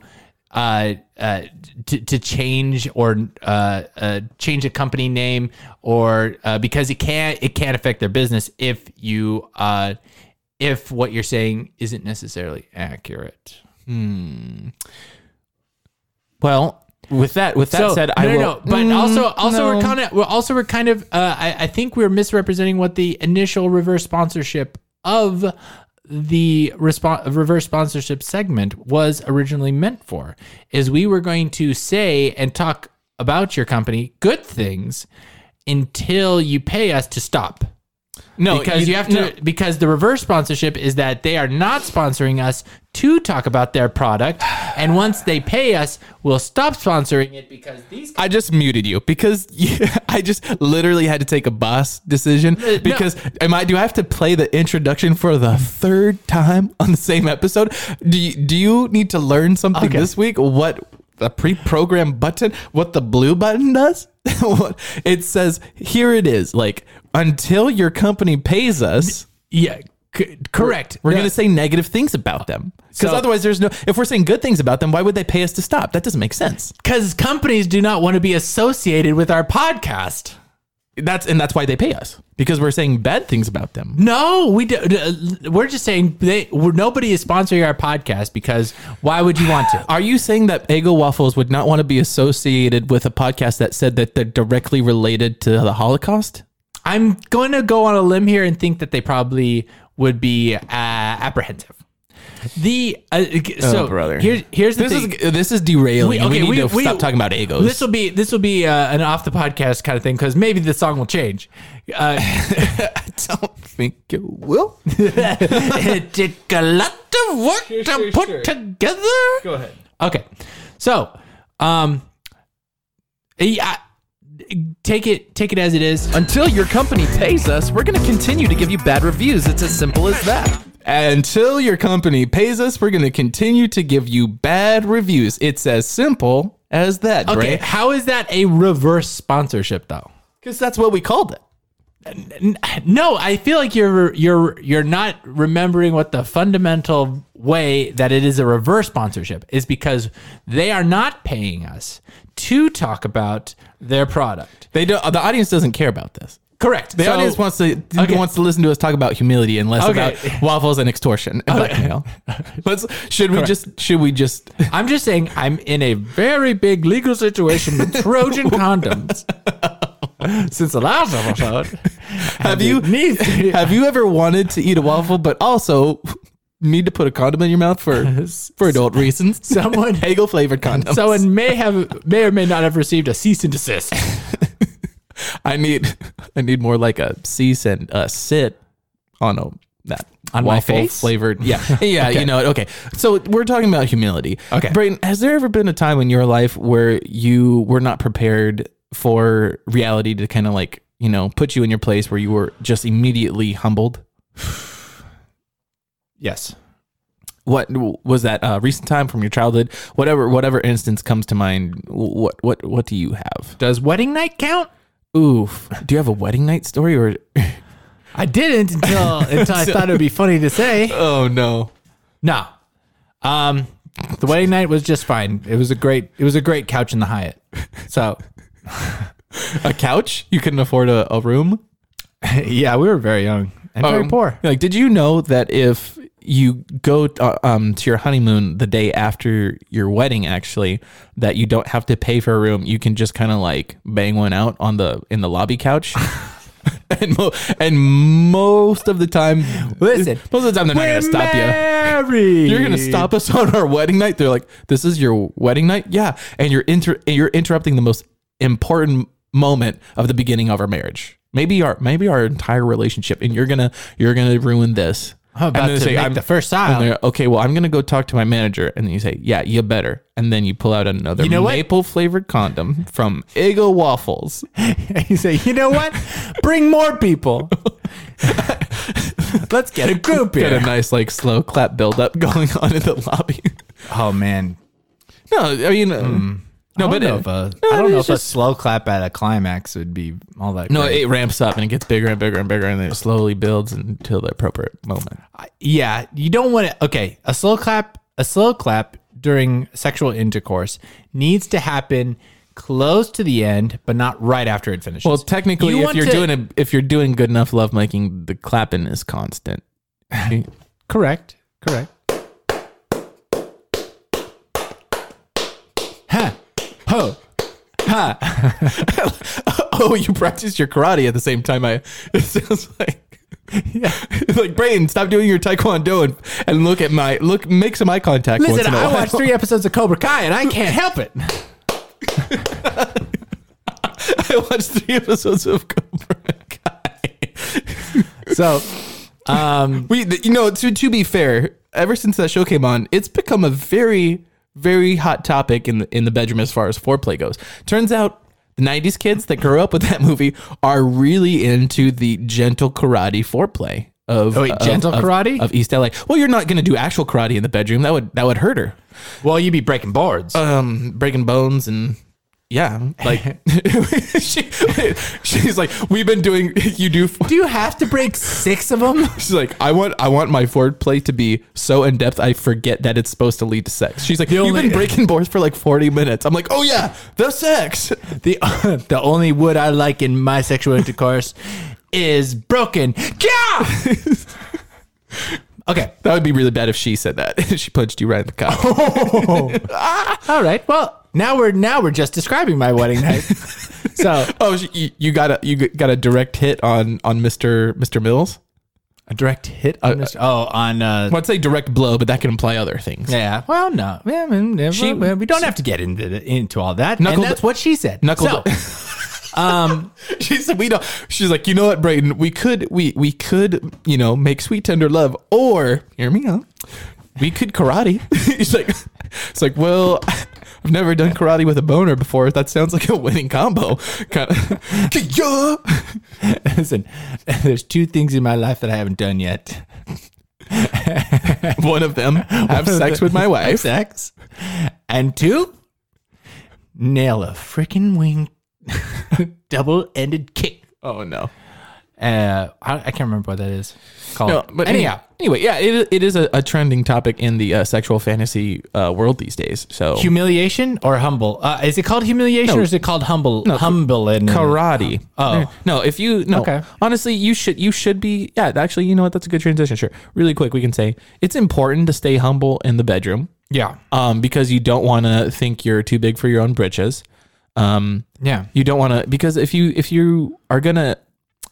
S2: uh uh to, to change or uh, uh change a company name or uh, because it can it can affect their business if you uh if what you're saying isn't necessarily accurate.
S3: Well, with that, with that said,
S2: no,
S3: I
S2: no,
S3: will. Mm,
S2: no. But also, also
S3: no.
S2: we're kind of, we're also we're kind of, uh, I, I think we're misrepresenting what the initial reverse sponsorship of the respo- reverse sponsorship segment was originally meant for. Is we were going to say and talk about your company good things until you pay us to stop.
S3: no,
S2: Because you, have
S3: no.
S2: to, because the reverse sponsorship is that they are not sponsoring us to talk about their product, and once they pay us, we'll stop sponsoring it because these.
S3: I just muted you because you, I just literally had to take a boss decision because am I do I have to play the introduction for the third time on the same episode? Do you, do you need to learn something
S2: Okay.
S3: this week? What the pre-programmed button, what the blue button does? What- it says here it is like until your company pays us
S2: Yeah, c- correct.
S3: we're
S2: No,
S3: going to say negative things about them because
S2: So-
S3: otherwise there's no if we're saying good things about them why would they pay us to stop that doesn't make sense
S2: because companies do not want to be associated with our podcast.
S3: That's and that's why they pay us because we're saying bad things about them.
S2: No, we do, d- we're just saying they we're, nobody is sponsoring our podcast because why would you want to?
S3: Are you saying that Ego Waffles would not want to be associated with a podcast that said that they're directly related to the Holocaust?
S2: I'm going to go on a limb here and think that they probably would be uh, apprehensive. The uh, so
S3: brother.
S2: here's here's the
S3: This
S2: thing.
S3: is this is derailing. We, need to stop talking about egos.
S2: This will be this will be uh, an off the podcast kind of thing because maybe the song will change. Uh,
S3: I don't think it will.
S2: it took a lot of work to put together. Go ahead. Okay, so um, yeah, take it take it as it is.
S3: Until your company pays us, we're going to continue to give you bad reviews. It's as simple as that. Until your company pays us, we're going to continue to give you bad reviews. It's as simple as that,
S2: Okay, how is that a reverse sponsorship though?
S3: Because that's what we called it.
S2: No, I feel like you're you're you're not remembering what the fundamental way that it is a reverse sponsorship is because they are not paying us to talk about their product.
S3: They don't. The audience doesn't care about this.
S2: Correct.
S3: The audience wants to
S2: Okay.
S3: wants to listen to us talk about humility and less
S2: Okay.
S3: about waffles and extortion and blackmail. Let's, should we just should we just
S2: I'm just saying I'm in a very big legal situation with Trojan condoms. Since the last episode,
S3: have you
S2: need to-
S3: have you ever wanted to eat a waffle but also need to put a condom in your mouth for for adult reasons?
S2: Someone-
S3: Hegel flavored condom.
S2: someone may have may or may not have received a cease and desist.
S3: I need I need more like a cease and a sit on a that
S2: On my face?
S3: flavored. Yeah, yeah, you know. it. Okay, so we're talking about humility.
S2: Okay.
S3: Brayden, has there ever been a time in your life where you were not prepared for reality to kind of like you know put you in your place where you were just immediately humbled?
S2: Yes.
S3: What was that uh, recent time from your childhood? Whatever, whatever instance comes to mind. What, what, what do you have?
S2: Does wedding night count?
S3: Oof. Do you have a wedding night story or?
S2: I didn't until until I thought it would be funny to say.
S3: Oh no.
S2: No. Um the wedding night was just fine. It was a great it was a great couch in the Hyatt. So
S3: a couch? You couldn't afford a, a room?
S2: yeah, we were very young and very
S3: Um,
S2: poor.
S3: Like, did you know that if you go uh, um, to your honeymoon the day after your wedding actually that you don't have to pay for a room you can just kind of like bang one out on the in the lobby couch and, mo- and most of the time
S2: Listen,
S3: most of the time they're not gonna stop you
S2: married.
S3: you're gonna stop us on our wedding night. They're like, "This is your wedding night, yeah," and you're inter- and you're interrupting the most important moment of the beginning of our marriage, maybe our maybe our entire relationship, and you're gonna you're gonna ruin this.
S2: I'm about
S3: And they
S2: to make the first
S3: and
S2: tile.
S3: they're, okay, well, I'm gonna go talk to my manager, and then you say, "Yeah, you better," and then you pull out another
S2: You know what?
S3: maple flavored condom from Eagle Waffles.
S2: you say, you know what? Bring more people. Let's get a group
S3: Got a
S2: here.
S3: nice like slow clap build up going on in the lobby.
S2: Oh man,
S3: no, I mean. No,
S2: Hmm. I don't
S3: but
S2: know
S3: it-
S2: if a,
S3: no,
S2: I
S3: it's
S2: don't know if a
S3: just-
S2: slow clap at a climax would be all that.
S3: No,
S2: great.
S3: it ramps up and it gets bigger and bigger and bigger, and then it slowly builds until the appropriate moment.
S2: yeah, you don't want to. Okay, a slow clap, a slow clap during sexual intercourse needs to happen close to the end, but not right after it finishes.
S3: Well, technically,
S2: You
S3: if
S2: want
S3: you're
S2: to-
S3: doing a, if you're doing good enough lovemaking, the clapping is constant.
S2: correct, correct. Huh. Ho.
S3: oh, you practiced your karate at the same time. I it sounds like. Yeah, like Brayden, stop doing your taekwondo and, and look at my look. Make some eye contact. once
S2: Listen,
S3: in a
S2: I
S3: while.
S2: watched three episodes of Cobra Kai and I can't help it.
S3: I watched three episodes of Cobra Kai.
S2: So, um,
S3: We, th- you know, to to be fair, ever since that show came on, it's become a very, very hot topic in the in the bedroom as far as foreplay goes. Turns out, the '90s kids that grew up with that movie are really into the gentle karate foreplay of
S2: Oh, wait,
S3: of-
S2: gentle
S3: of-
S2: karate?
S3: of East LA. Well, you're not going to do actual karate in the bedroom. That would that would hurt her.
S2: well, you'd be breaking boards.
S3: Um, breaking bones and. Yeah, like she, she's like, we've been doing. You do
S2: Do you have to break six of them?
S3: She's like, I want, I want my foreplay to be so in depth, I forget that it's supposed to lead to sex. She's like, you've
S2: only-
S3: been breaking boards for like forty minutes. I'm like, oh yeah, the sex.
S2: The the only wood I like in my sexual intercourse is broken. Yeah. okay.
S3: That would be really bad if she said that. she punched you right in the cock.
S2: Oh. All right. Well, now we're now we're just describing my wedding night. So
S3: oh, she, you, you got a, you got a direct hit on on Mister Mister Mills.
S2: a direct hit
S3: Uh,
S2: on this. Oh, on uh,
S3: Well, I'd say direct blow, but that can imply other things.
S2: yeah. Well, no. Yeah, I mean, yeah,
S3: She-
S2: well, we don't have to get into the- into all that.
S3: Knuckle-
S2: and that's what she said.
S3: Knuckle.
S2: So, um,
S3: she said we don't. She's like, you know what, Brayden? We could, we we could, you know, make sweet tender love, or hear me out. We could karate. He's like, it's like, well, I've never done karate with a boner before. That sounds like a winning combo. Kind of, yeah.
S2: listen, there's two things in my life that I haven't done yet.
S3: One of them have sex with my
S2: Have
S3: wife.
S2: sex. And two, nail a freaking wing double ended kick.
S3: Oh no.
S2: Uh, I, I can't remember what that is called.
S3: No, but
S2: anyhow,
S3: anyhow, anyway, yeah, it, it is a, a trending topic in the uh, sexual fantasy uh, world these days. So
S2: humiliation or humble? Uh, is it called humiliation or is it called humble? humble and
S3: karate.
S2: Oh.
S3: no! If you no,
S2: Okay.
S3: honestly, you should you should be yeah. Actually, you know what? That's a good transition. Sure, really quick, we can say it's important to stay humble in the bedroom,
S2: yeah,
S3: um, because you don't want to think you're too big for your own britches. Um,
S2: yeah.
S3: you don't want to because if you if you are gonna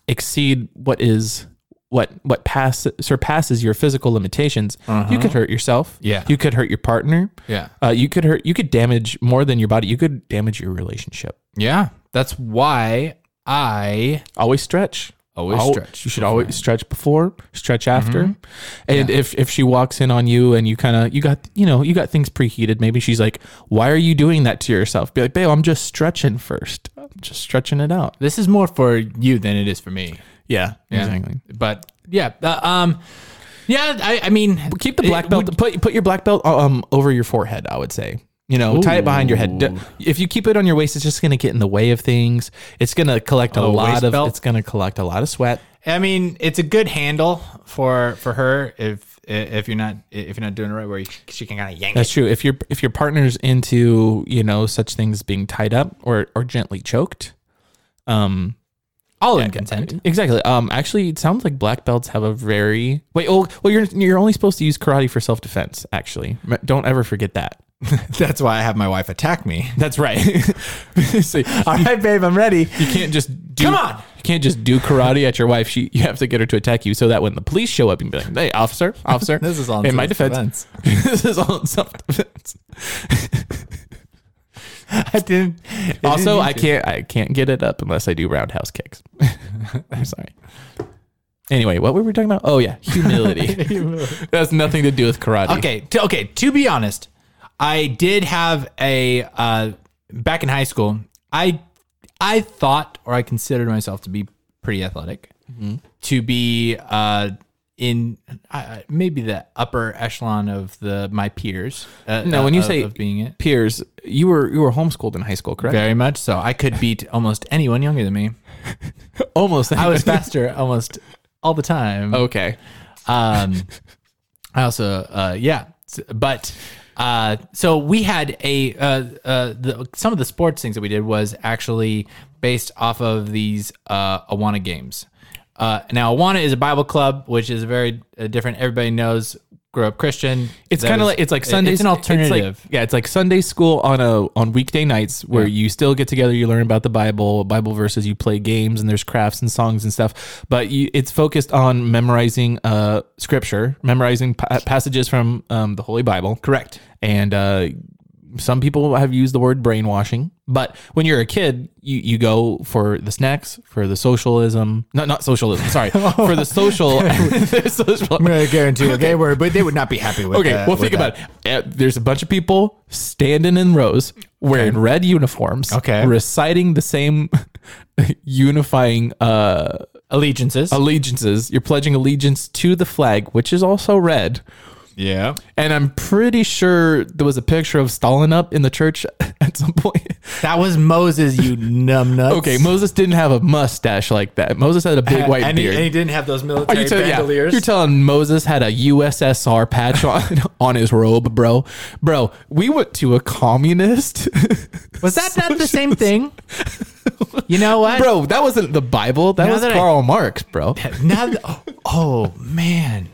S3: exceed what is what what pass surpasses your physical limitations, you could hurt yourself.
S2: Uh-huh. Yeah.
S3: you could hurt your partner.
S2: Yeah.
S3: uh, you could hurt you could damage more than your body. You could damage your relationship.
S2: Yeah, that's why I
S3: always stretch.
S2: Always
S3: Al-
S2: stretch Mm-hmm.
S3: You should always stretch before, stretch after. And if if she walks in on you and you kind of you got you know you got things preheated, maybe she's like, "Why are you doing that to yourself?" Be like, "Babe, I'm just stretching first. I'm just stretching it out."
S2: this is more for you than it is for me.
S3: Yeah,
S2: Yeah.
S3: exactly.
S2: But yeah, uh, um, yeah. I, I mean,
S3: Keep the black belt. put put your black belt um over your forehead. I would say. You know, tie it behind your head. D- If you keep it on your waist, it's just gonna get in the way of things. It's gonna collect a
S2: Oh, waist
S3: lot of.
S2: belt?
S3: It's gonna collect a lot of sweat.
S2: I mean, it's a good handle for for her if if you're not if you're not doing it right, where you, she can kind of yank
S3: That's
S2: it.
S3: true. If your if your partner's into you know such things as being tied up or or gently choked, um,
S2: all in consent.
S3: Exactly. Um, actually, it sounds like black belts have a very wait. Oh, well, you're you're only supposed to use karate for self defense. Actually, M- don't ever forget that.
S5: That's why I have my wife attack me.
S3: That's right. so you
S5: All right, babe, I'm ready.
S3: can't just do,
S2: Come on!
S3: You can't just do karate at your wife. She you have to get her to attack you so that when the police show up, you can be like, "Hey, officer, officer,
S5: This is all in
S3: in my
S5: self-defense."
S3: defense. this is all in self defense."
S5: I didn't.
S3: Also, I can't I can't get it up unless I do roundhouse kicks. I'm sorry. Anyway, what were we talking about? Oh yeah, humility. that has nothing to do with karate.
S2: Okay. To, okay. To be honest, I did have a uh, back in high school. I I thought or I considered myself to be pretty athletic,
S3: Mm-hmm.
S2: to be uh, in uh, maybe the upper echelon of the my peers. Uh,
S3: Now, when you
S2: of-
S3: say
S2: of being it,
S3: peers, you were you were homeschooled in high school, correct?
S2: very much so, I could beat almost anyone younger than me.
S3: Almost.
S2: I was faster almost all the time.
S3: okay.
S2: Um, I also, uh, yeah, s- but uh, so we had a uh, uh, the, some of the sports things that we did was actually based off of these uh, Awana games. Uh, now, Awana is a Bible club, which is very uh, different. Everybody knows, grew up Christian.
S3: It's
S2: That
S3: kind of
S2: is-
S3: like it's like
S2: it-
S3: Sunday.
S2: It's an alternative.
S3: yeah, it's like Sunday school on a on weekday nights where you still get together, you learn about the Bible, Bible verses, you play games, and there's crafts and songs and stuff. But you, it's focused on memorizing uh scripture, memorizing pa- passages from um, the Holy Bible. Correct. And uh, some people have used the word brainwashing, but when you're a kid, you, you go for the snacks, for the socialism, not not socialism, sorry, for the social, the social
S5: I'm going to go into a gay word, but they would not be happy with
S3: Okay,
S5: that-
S3: well,
S5: with
S3: think
S5: that.
S3: about it. Uh, There's a bunch of people standing in rows wearing red uniforms,
S5: Okay.
S3: reciting the same unifying uh,
S2: Allegiances.
S3: allegiances. You're pledging allegiance to the flag, which is also red.
S5: Yeah.
S3: And I'm pretty sure there was a picture of Stalin up in the church at some point.
S2: that was Moses, you numbnuts.
S3: Okay, Moses didn't have a mustache like that. Moses had a big white
S2: and, he,
S3: beard.
S2: and he didn't have those
S3: Are
S2: military
S3: Oh, you telling, yeah,
S2: bandoliers.
S3: you're telling Moses had a USSR patch on, on his robe, bro. Bro, we went to a communist.
S2: was that not the same thing? You know what?
S3: bro, that wasn't the Bible. That
S2: Now
S3: was
S2: that I-
S3: Karl Marx, bro.
S2: Now, th- oh, oh man,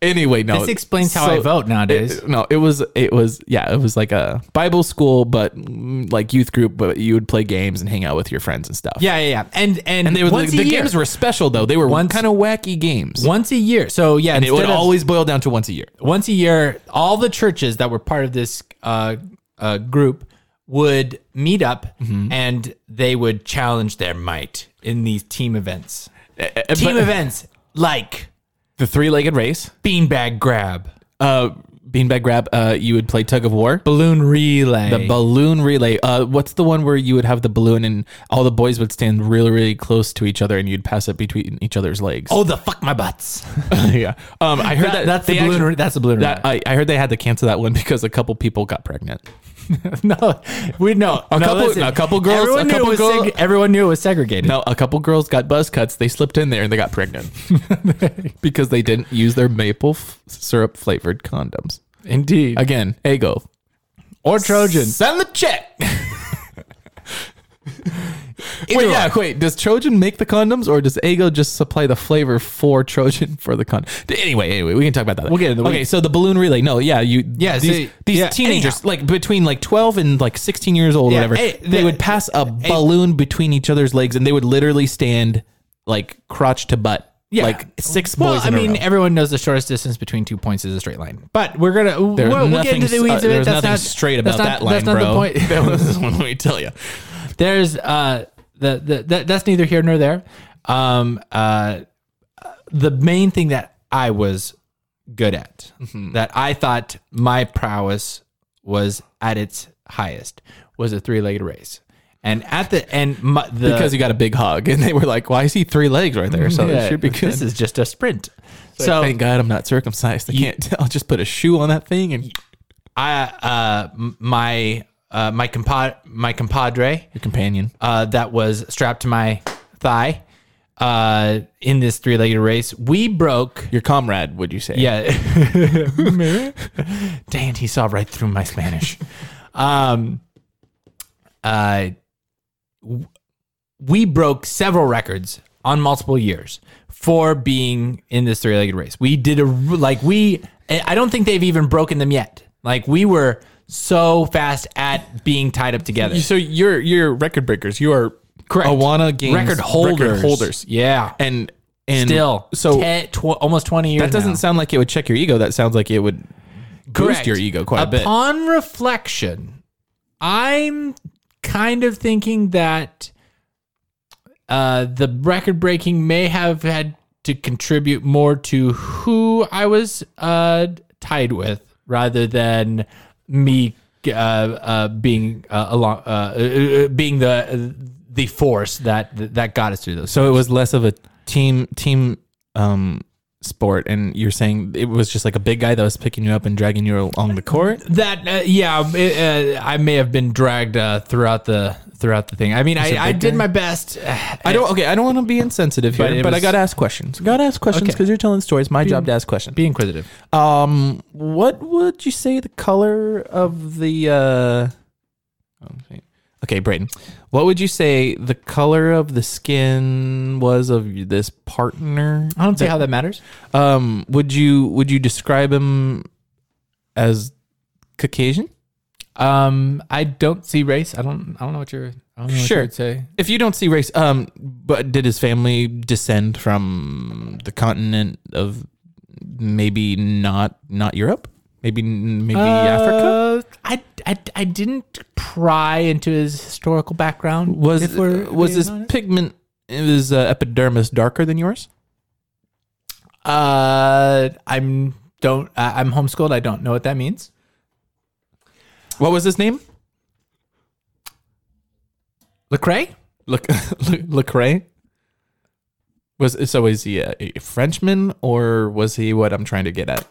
S3: Anyway, no.
S2: This explains how I vote nowadays.
S3: it- no, it was it was yeah, it was like a Bible school but mm, like youth group but you would play games and hang out with your friends and stuff.
S2: Yeah, yeah, yeah. And and,
S3: And they were
S2: once
S3: the,
S2: a
S3: the
S2: year.
S3: games were special though. They were
S2: Once-
S3: kind of wacky games.
S2: once a year. So yeah,
S3: and it would
S2: instead of-
S3: always boil down to once a year.
S2: once a year. All the churches that were part of this uh, uh, group would meet up,
S3: Mm-hmm.
S2: and they would challenge their might in these team events. Team events like
S3: The three-legged race,
S2: beanbag grab,
S3: uh beanbag grab, uh you would play tug of war.
S2: balloon relay,
S3: The balloon relay. Uh, what's the one where you would have the balloon and all the boys would stand really, really close to each other and you'd pass it between each other's legs?
S2: oh the fuck my butts.
S3: yeah. Um, I heard that,
S2: that's the
S3: they
S2: balloon.
S3: actu-
S2: re- that's the balloon.
S3: that
S2: relay.
S3: I, I heard they had to cancel that one because a couple people got pregnant.
S2: no, we know
S3: A couple- a couple girls-
S2: Everyone
S3: a couple
S2: knew it was
S3: girl-
S2: seg- everyone knew it was segregated.
S3: No, a couple girls got buzz cuts. They slipped in there and they got pregnant because they didn't use their maple f- syrup flavored condoms.
S2: indeed.
S3: Again, ego.
S2: Or Trojan.
S3: Send the check. wait, yeah, wait. Does Trojan make the condoms, or does Ego just supply the flavor for Trojan for the condom? Anyway, anyway, we can talk about that. We'll
S2: get into the
S3: Okay,
S2: weeds.
S3: so the balloon relay. No, yeah, you.
S2: Yeah,
S3: these,
S2: see,
S3: these
S2: yeah,
S3: teenagers,
S2: anyhow.
S3: like between like twelve and like sixteen years old,
S2: Yeah,
S3: or whatever,
S2: eh,
S3: they
S2: the-
S3: would pass a balloon between each other's legs, and they would literally stand like crotch to butt.
S2: Yeah.
S3: like six
S2: Well,
S3: boys.
S2: I
S3: in a
S2: mean,
S3: row.
S2: everyone knows the shortest distance between two points is a straight line. But we're gonna we'll,
S3: There's
S2: we'll get
S3: nothing
S2: into the
S3: s-
S2: weeds
S3: uh,
S2: of it.
S3: there's
S2: That's
S3: nothing
S2: not
S3: straight
S2: that's
S3: about
S2: not-
S3: that line,
S2: That's not
S3: bro.
S2: the point.
S3: that was one way to tell you.
S2: There's uh the, the, the that's neither here nor there. Um uh the main thing that I was good at
S3: Mm-hmm.
S2: that I thought my prowess was at its highest was a three legged race. And at the and my, the
S3: because he got a big hug, and they were like, "Why is he three legs right there?" So
S2: Yeah,
S3: it should be good.
S2: this is just a sprint. so
S3: thank God I'm not circumcised. I can't tell. I'll just put a shoe on that thing and
S2: I uh m- my uh my compad my compadre
S3: your companion.
S2: uh that was strapped to my thigh uh in this three-legged race we broke
S3: Your comrade, would you say?
S2: yeah Dan he saw right through my Spanish um uh w- we broke several records on multiple years for being in this three-legged race. We did a like we I don't think they've even broken them yet. Like we were so fast at being tied up together.
S3: So you're you're record breakers. You are
S2: Correct.
S3: Awana Games
S2: record holders.
S3: record holders.
S2: Yeah.
S3: And and
S2: Still,
S3: so
S2: 10, tw- almost twenty years.
S3: that doesn't
S2: now.
S3: sound like it would check your ego. That sounds like it would boost
S2: Correct.
S3: your ego quite a bit.
S2: Upon reflection, I'm kind of thinking that uh, the record breaking may have had to contribute more to who I was uh, tied with rather than me uh, uh, being uh, along uh, uh, uh, being the the force that that got us through those.
S3: So it was less of a team team um sport and you're saying it was just like a big guy that was picking you up and dragging you along the court.
S2: That uh, yeah, it, uh, I may have been dragged uh, throughout the throughout the thing. I mean, I, I
S3: big
S2: did
S3: guy?
S2: my best.
S3: I don't okay, I don't want to be insensitive here,
S2: But it
S3: but, I
S2: was-
S3: got to ask questions. Got to ask questions
S2: Okay.
S3: cuz you're telling stories. My job to ask questions.
S2: Be inquisitive.
S3: Um, what would you say the color of the? Uh, okay, Brayden, what would you say the color of the skin was of this partner?
S2: I don't see how that matters.
S3: Um, would you would you describe him as Caucasian?
S2: Um, I don't see race. I don't. I don't know what you're. I don't know what you
S3: Sure.
S2: would say.
S3: If you don't see race, um, but did his family descend from the continent of maybe not not Europe, maybe maybe Africa?
S2: Uh, I, I I didn't pry into his historical background.
S3: Was uh,
S2: if we're
S3: was
S2: being
S3: this
S2: honest.
S3: pigment is uh, epidermis darker than yours?
S2: Uh, I'm don't. I I'm homeschooled. I don't know what that means.
S3: What was his name?
S2: Lecrae.
S3: Look, Lecrae. Was so? Is he a, a Frenchman or was he what I'm trying to get at?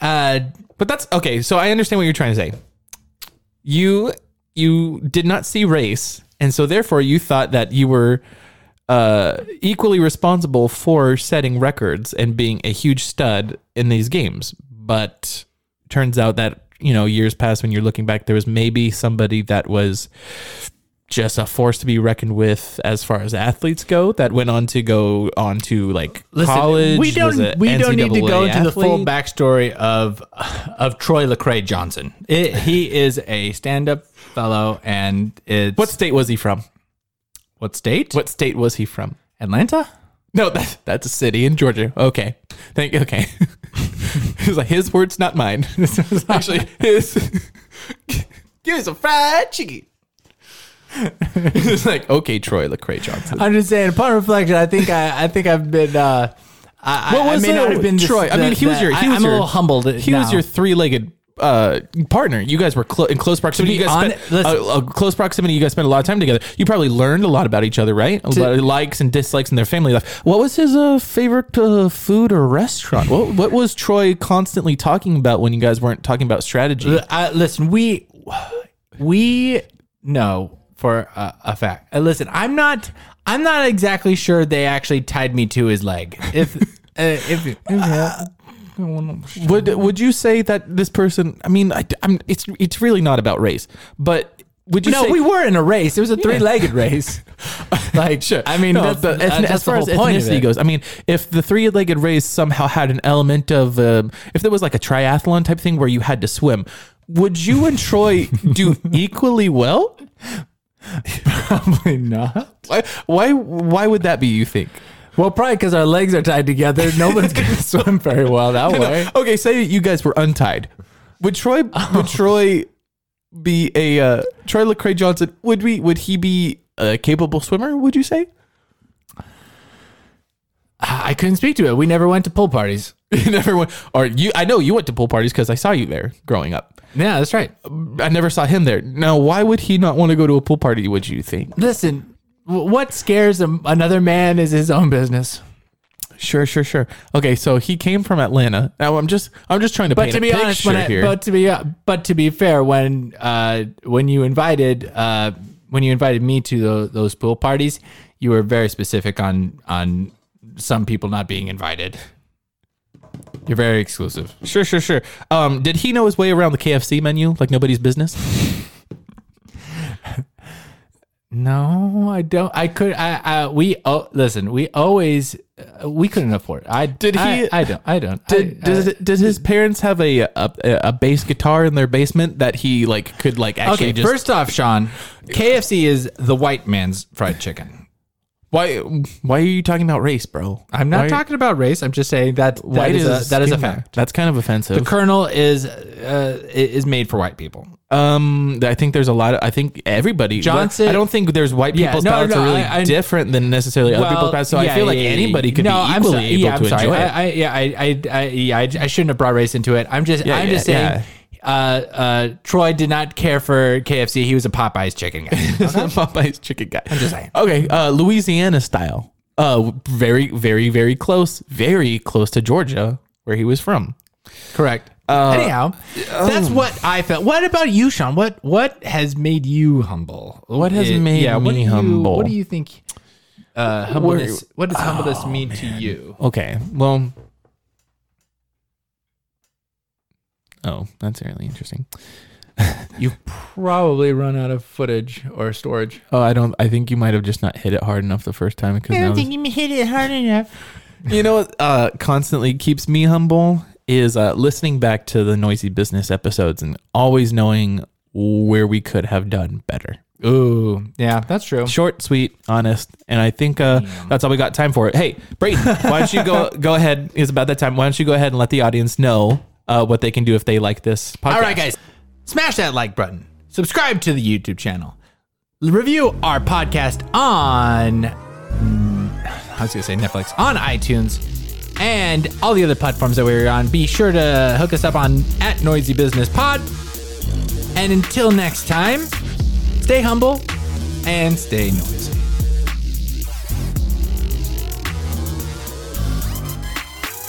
S2: Uh,
S3: But that's okay. So I understand what you're trying to say. You you did not see race, and so therefore you thought that you were uh, equally responsible for setting records and being a huge stud in these games. But turns out that you know years past when you're looking back, there was maybe somebody that was just a force to be reckoned with as far as athletes go that went on to go on to like
S2: Listen,
S3: college.
S2: We
S3: was a
S2: don't. We don't need to
S3: NCAA
S2: go into the full
S3: athlete.
S2: backstory of of Troy Lecrae Johnson. It, he is a stand up fellow, and it's
S3: What state was he from?
S2: what state?
S3: What state was he from?
S2: Atlanta?
S3: No, that, that's a city in Georgia. Okay. Thank okay. It's like his words, not mine. This was actually his. Give me some fried chicken. it's like, okay, Troy Lecrae Johnson.
S2: I'm just saying. Upon reflection, I think I, I think I've been. Uh, I,
S3: What
S2: I- I
S3: was
S2: may not
S3: the-
S2: have been this-
S3: Troy, I mean,
S2: the-
S3: he was
S2: the-
S3: your- he
S2: I,
S3: was
S2: I'm
S3: your-
S2: a little humbled.
S3: he was your three-legged uh, partner. You guys were clo- in close proximity.
S2: be
S3: You guys
S2: hon-
S3: spent,
S2: listen.
S3: uh, uh, close proximity. You guys spent a lot of time together. You probably learned a lot about each other, right? A lot of likes and dislikes in their family life. What was his uh, favorite uh, food or restaurant? what, what was Troy constantly talking about when you guys weren't talking about strategy?
S2: Uh, I, listen, we we know for a, a fact. Uh, listen, I'm not. I'm not exactly sure they actually tied me to his leg. If uh, if, if
S3: Would would you say that this person? I mean, I, am it's it's really not about race, but would you?
S2: no,
S3: say,
S2: we were in a race. It was a three-legged race. Like,
S3: Sure.
S2: I mean,
S3: No,
S2: that's,
S3: but
S2: uh, that's,
S3: ethn- as
S2: the
S3: far
S2: whole
S3: as
S2: point of
S3: ethnicity
S2: it.
S3: goes, I mean, if the three-legged race somehow had an element of, um, if there was like a triathlon type thing where you had to swim, would you and Troy do equally well?
S2: Probably not.
S3: Why, why? Why would that be? You think?
S2: Well, probably because our legs are tied together. Nobody's going to swim very well that way. Uh,
S3: Okay, say you guys were untied. Would Troy?
S2: Oh.
S3: Would Troy be a uh, Troy Lecrae Johnson? Would we? Would he be a capable swimmer? Would you say?
S2: I couldn't speak to it. We never went to pool parties.
S3: And everyone, or you? I know you went to pool parties because I saw you there growing up.
S2: Yeah, that's right.
S3: I never saw him there. Now, why would he not want to go to a pool party? Would you think?
S2: Listen, w- what scares a, another man is his own business.
S3: Sure, sure, sure. Okay, so he came from Atlanta. Now I'm just, I'm just trying to
S2: But
S3: paint
S2: to be
S3: a
S2: honest,
S3: picture
S2: when I,
S3: here.
S2: but to be uh, but to be fair, when uh, when you invited uh, when you invited me to tho- those pool parties, you were very specific on on some people not being invited. You're very exclusive.
S3: sure, sure, sure. Um, did he know his way around the KFC menu like nobody's business?
S2: No, I don't. I could. I. I we. Oh, listen. We always. Uh, we couldn't afford. It. I
S3: Did he-
S2: I, I don't. I don't.
S3: Did,
S2: I,
S3: does,
S2: I-
S3: did his parents have a, a a bass guitar in their basement that he like could like actually
S2: okay.
S3: just
S2: first off, Sean, KFC is the white man's fried chicken.
S3: why why are you talking about race, bro?
S2: I'm not
S3: Why-
S2: talking about race. I'm just saying that
S3: why
S2: that is,
S3: does
S2: a, that is a
S3: skin matter?
S2: fact.
S3: That's kind of offensive.
S2: The Colonel is uh, i- is made for white people.
S3: Um, I think there's a lot of. I think everybody.
S2: Johnson-
S3: I don't think there's white
S2: Yeah,
S3: people's
S2: no,
S3: palettes
S2: no,
S3: are really
S2: I- I-
S3: different than necessarily other people's palettes. So I
S2: yeah,
S3: feel like
S2: yeah, yeah,
S3: anybody
S2: yeah.
S3: could
S2: No,
S3: be
S2: I'm
S3: equally
S2: sorry.
S3: able
S2: yeah, I'm
S3: to
S2: sorry.
S3: enjoy
S2: I,
S3: it.
S2: I, yeah, I, I, I, yeah, I, I shouldn't have brought race into it. I'm just,
S3: Yeah,
S2: I'm
S3: yeah,
S2: just saying.
S3: yeah.
S2: Uh, uh, Troy did not care for KFC. He was a Popeyes chicken guy.
S3: Popeye's chicken guy. I'm
S2: just saying.
S3: Okay, uh, Louisiana style. Uh, very, very, very close. Very close to Georgia, where he was from.
S2: Correct.
S3: Uh,
S2: Anyhow,
S3: um,
S2: that's what I felt. What about you, Sean? What what has made you humble? What
S3: has made me
S2: do you-
S3: humble?
S2: What do you think? Uh, humbleness. what does humbleness
S3: oh,
S2: mean to you?
S3: Okay, well. Oh, that's really interesting.
S2: You probably run out of footage or storage.
S3: Oh, I don't. I think you might have just not hit it hard enough the first time because now it's-
S2: you hit it hard enough.
S3: You know what uh, constantly keeps me humble is uh, listening back to the noisy business episodes and always knowing where we could have done better.
S2: Ooh, yeah, that's true.
S3: Short, sweet, honest, and I think uh, that's all we got time for. Hey, Brayden, why don't you go go ahead? It's about that time. Why don't you go ahead and let the audience know uh, what they can do if they like this podcast?
S2: All right, guys, smash that like button. Subscribe to the YouTube channel. Review our podcast on. mm, I was gonna say Netflix on iTunes and all the other platforms that we're on. Be sure to hook us up on at Noisy Business Pod. And until next time, stay humble and stay noisy.